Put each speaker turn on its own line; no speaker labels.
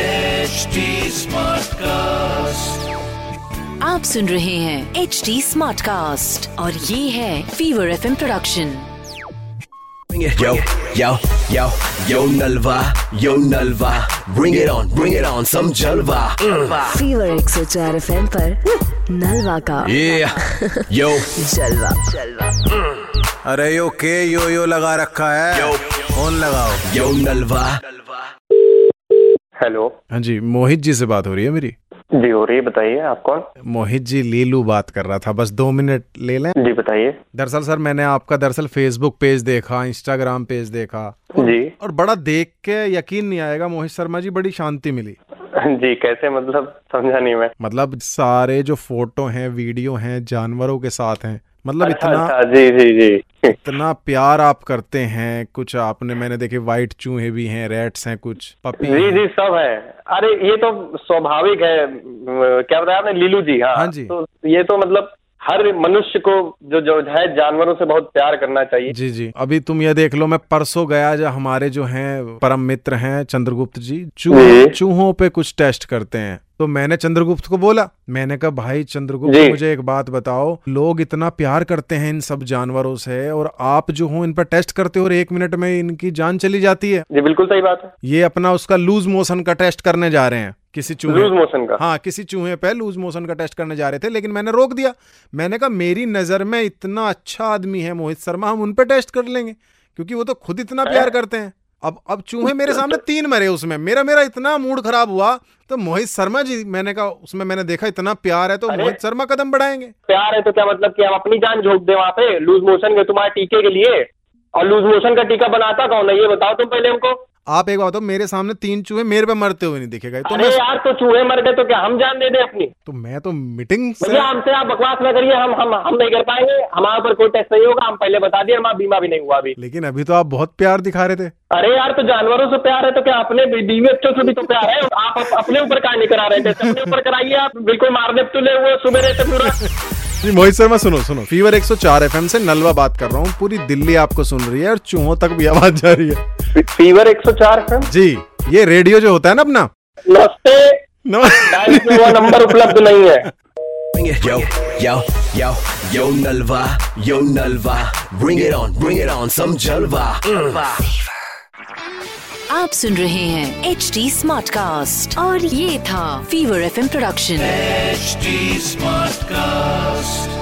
HD Smartcast.
आप सुन रहे हैं एच डी स्मार्ट कास्ट और ये है fever F production
Bring it. Yo, yo, yo, yo, Nalva, yo, Nalva. Bring it on, bring it on, some Jalva. Mm.
Fever एक सौ चार एफ एम नलवा का
Yeah, yo,
जलवा जलवा
अरे यो के यो यो लगा रखा है
Yo.
फोन लगाओ
yo, Nalva.
हेलो
हाँ जी मोहित जी से बात हो रही है मेरी
जी हो रही है बताइए आप कौन
मोहित जी लीलू बात कर रहा था बस दो मिनट ले लें
जी बताइए
दरअसल सर मैंने आपका दरअसल फेसबुक पेज देखा इंस्टाग्राम पेज देखा
जी
और बड़ा देख के यकीन नहीं आएगा मोहित शर्मा जी बड़ी शांति मिली
जी कैसे मतलब समझा नहीं मैं
मतलब सारे जो फोटो हैं वीडियो हैं जानवरों के साथ हैं मतलब इतना
अच्छा जी जी जी
इतना प्यार आप करते हैं कुछ आपने मैंने देखे वाइट चूहे भी हैं रेट्स हैं कुछ पपी
जी
हैं।
जी सब है अरे ये तो स्वाभाविक है म, क्या बताया आपने लीलू जी हाँ
हाँ जी।
तो ये तो मतलब हर मनुष्य को जो जो है जानवरों से बहुत प्यार करना चाहिए
जी जी अभी तुम ये देख लो मैं परसों गया जो हमारे जो हैं परम मित्र हैं चंद्रगुप्त जी चूह
जी।
चूहों पे कुछ टेस्ट करते हैं तो मैंने चंद्रगुप्त को बोला मैंने कहा भाई चंद्रगुप्त
जी।
मुझे एक बात बताओ लोग इतना प्यार करते हैं इन सब जानवरों से और आप जो हो इन पर टेस्ट करते हो और एक मिनट में इनकी जान चली जाती है
जी बिल्कुल सही बात है
ये अपना उसका लूज मोशन का टेस्ट करने जा रहे हैं किसी चूहे
लूज मोशन का
हाँ किसी चूहे पे लूज मोशन का टेस्ट करने जा रहे थे लेकिन मैंने रोक दिया मैंने कहा मेरी नज़र में इतना अच्छा आदमी है मोहित शर्मा हम उन पे टेस्ट कर लेंगे क्योंकि वो तो खुद इतना प्यार करते हैं अब अब चूहे मेरे सामने तीन मरे उसमें मेरा मेरा इतना मूड खराब हुआ तो मोहित शर्मा जी मैंने कहा उसमें मैंने देखा इतना प्यार है तो
अरे।
मोहित शर्मा कदम बढ़ाएंगे
प्यार है तो क्या मतलब कि हम अपनी जान झोंक दें वहाँ पे लूज मोशन के तुम्हारे टीके के लिए और लूज मोशन का टीका बनाता कौन है ये बताओ तुम पहले हमको
आप एक बात हो मेरे सामने तीन चूहे मेरे पे मरते हुए नहीं दिखेगा तो
अरे
मैं
यार तो चूहे मर गए तो क्या हम जान दे दें अपनी
तो मैं तो मीटिंग
भैया हमसे आप बकवास ना करिए हम हम हम नहीं कर पाएंगे हमारे ऊपर कोई टेस्ट नहीं होगा हम पहले बता दिए हमारा बीमा भी नहीं हुआ अभी
लेकिन अभी तो आप बहुत प्यार दिखा रहे थे
अरे यार तो जानवरों से प्यार है तो क्या अपने बी- बीवी बच्चों से भी तो प्यार है आप अप- अपने ऊपर कहा नहीं करा रहे थे अपने ऊपर कराइए आप बिल्कुल मारने तुले हुए सुबह से पूरा
जी मोहित शर्मा सुनो सुनो फीवर 104 एफएम से नलवा बात कर रहा हूँ पूरी दिल्ली आपको सुन रही है और चूहों तक भी आवाज जा रही है
फीवर एक सौ चार
जी ये रेडियो जो होता है ना अपना
नमस्ते
नम-
डायल में वो नंबर उपलब्ध नहीं है
Bring it. Yo, yo, yo, yo, Nalva, yo, Nalva. Bring it on, bring it on, some Jalva. Mm.
आप सुन रहे हैं एच डी स्मार्ट कास्ट और ये था fever F production
HD Smartcast.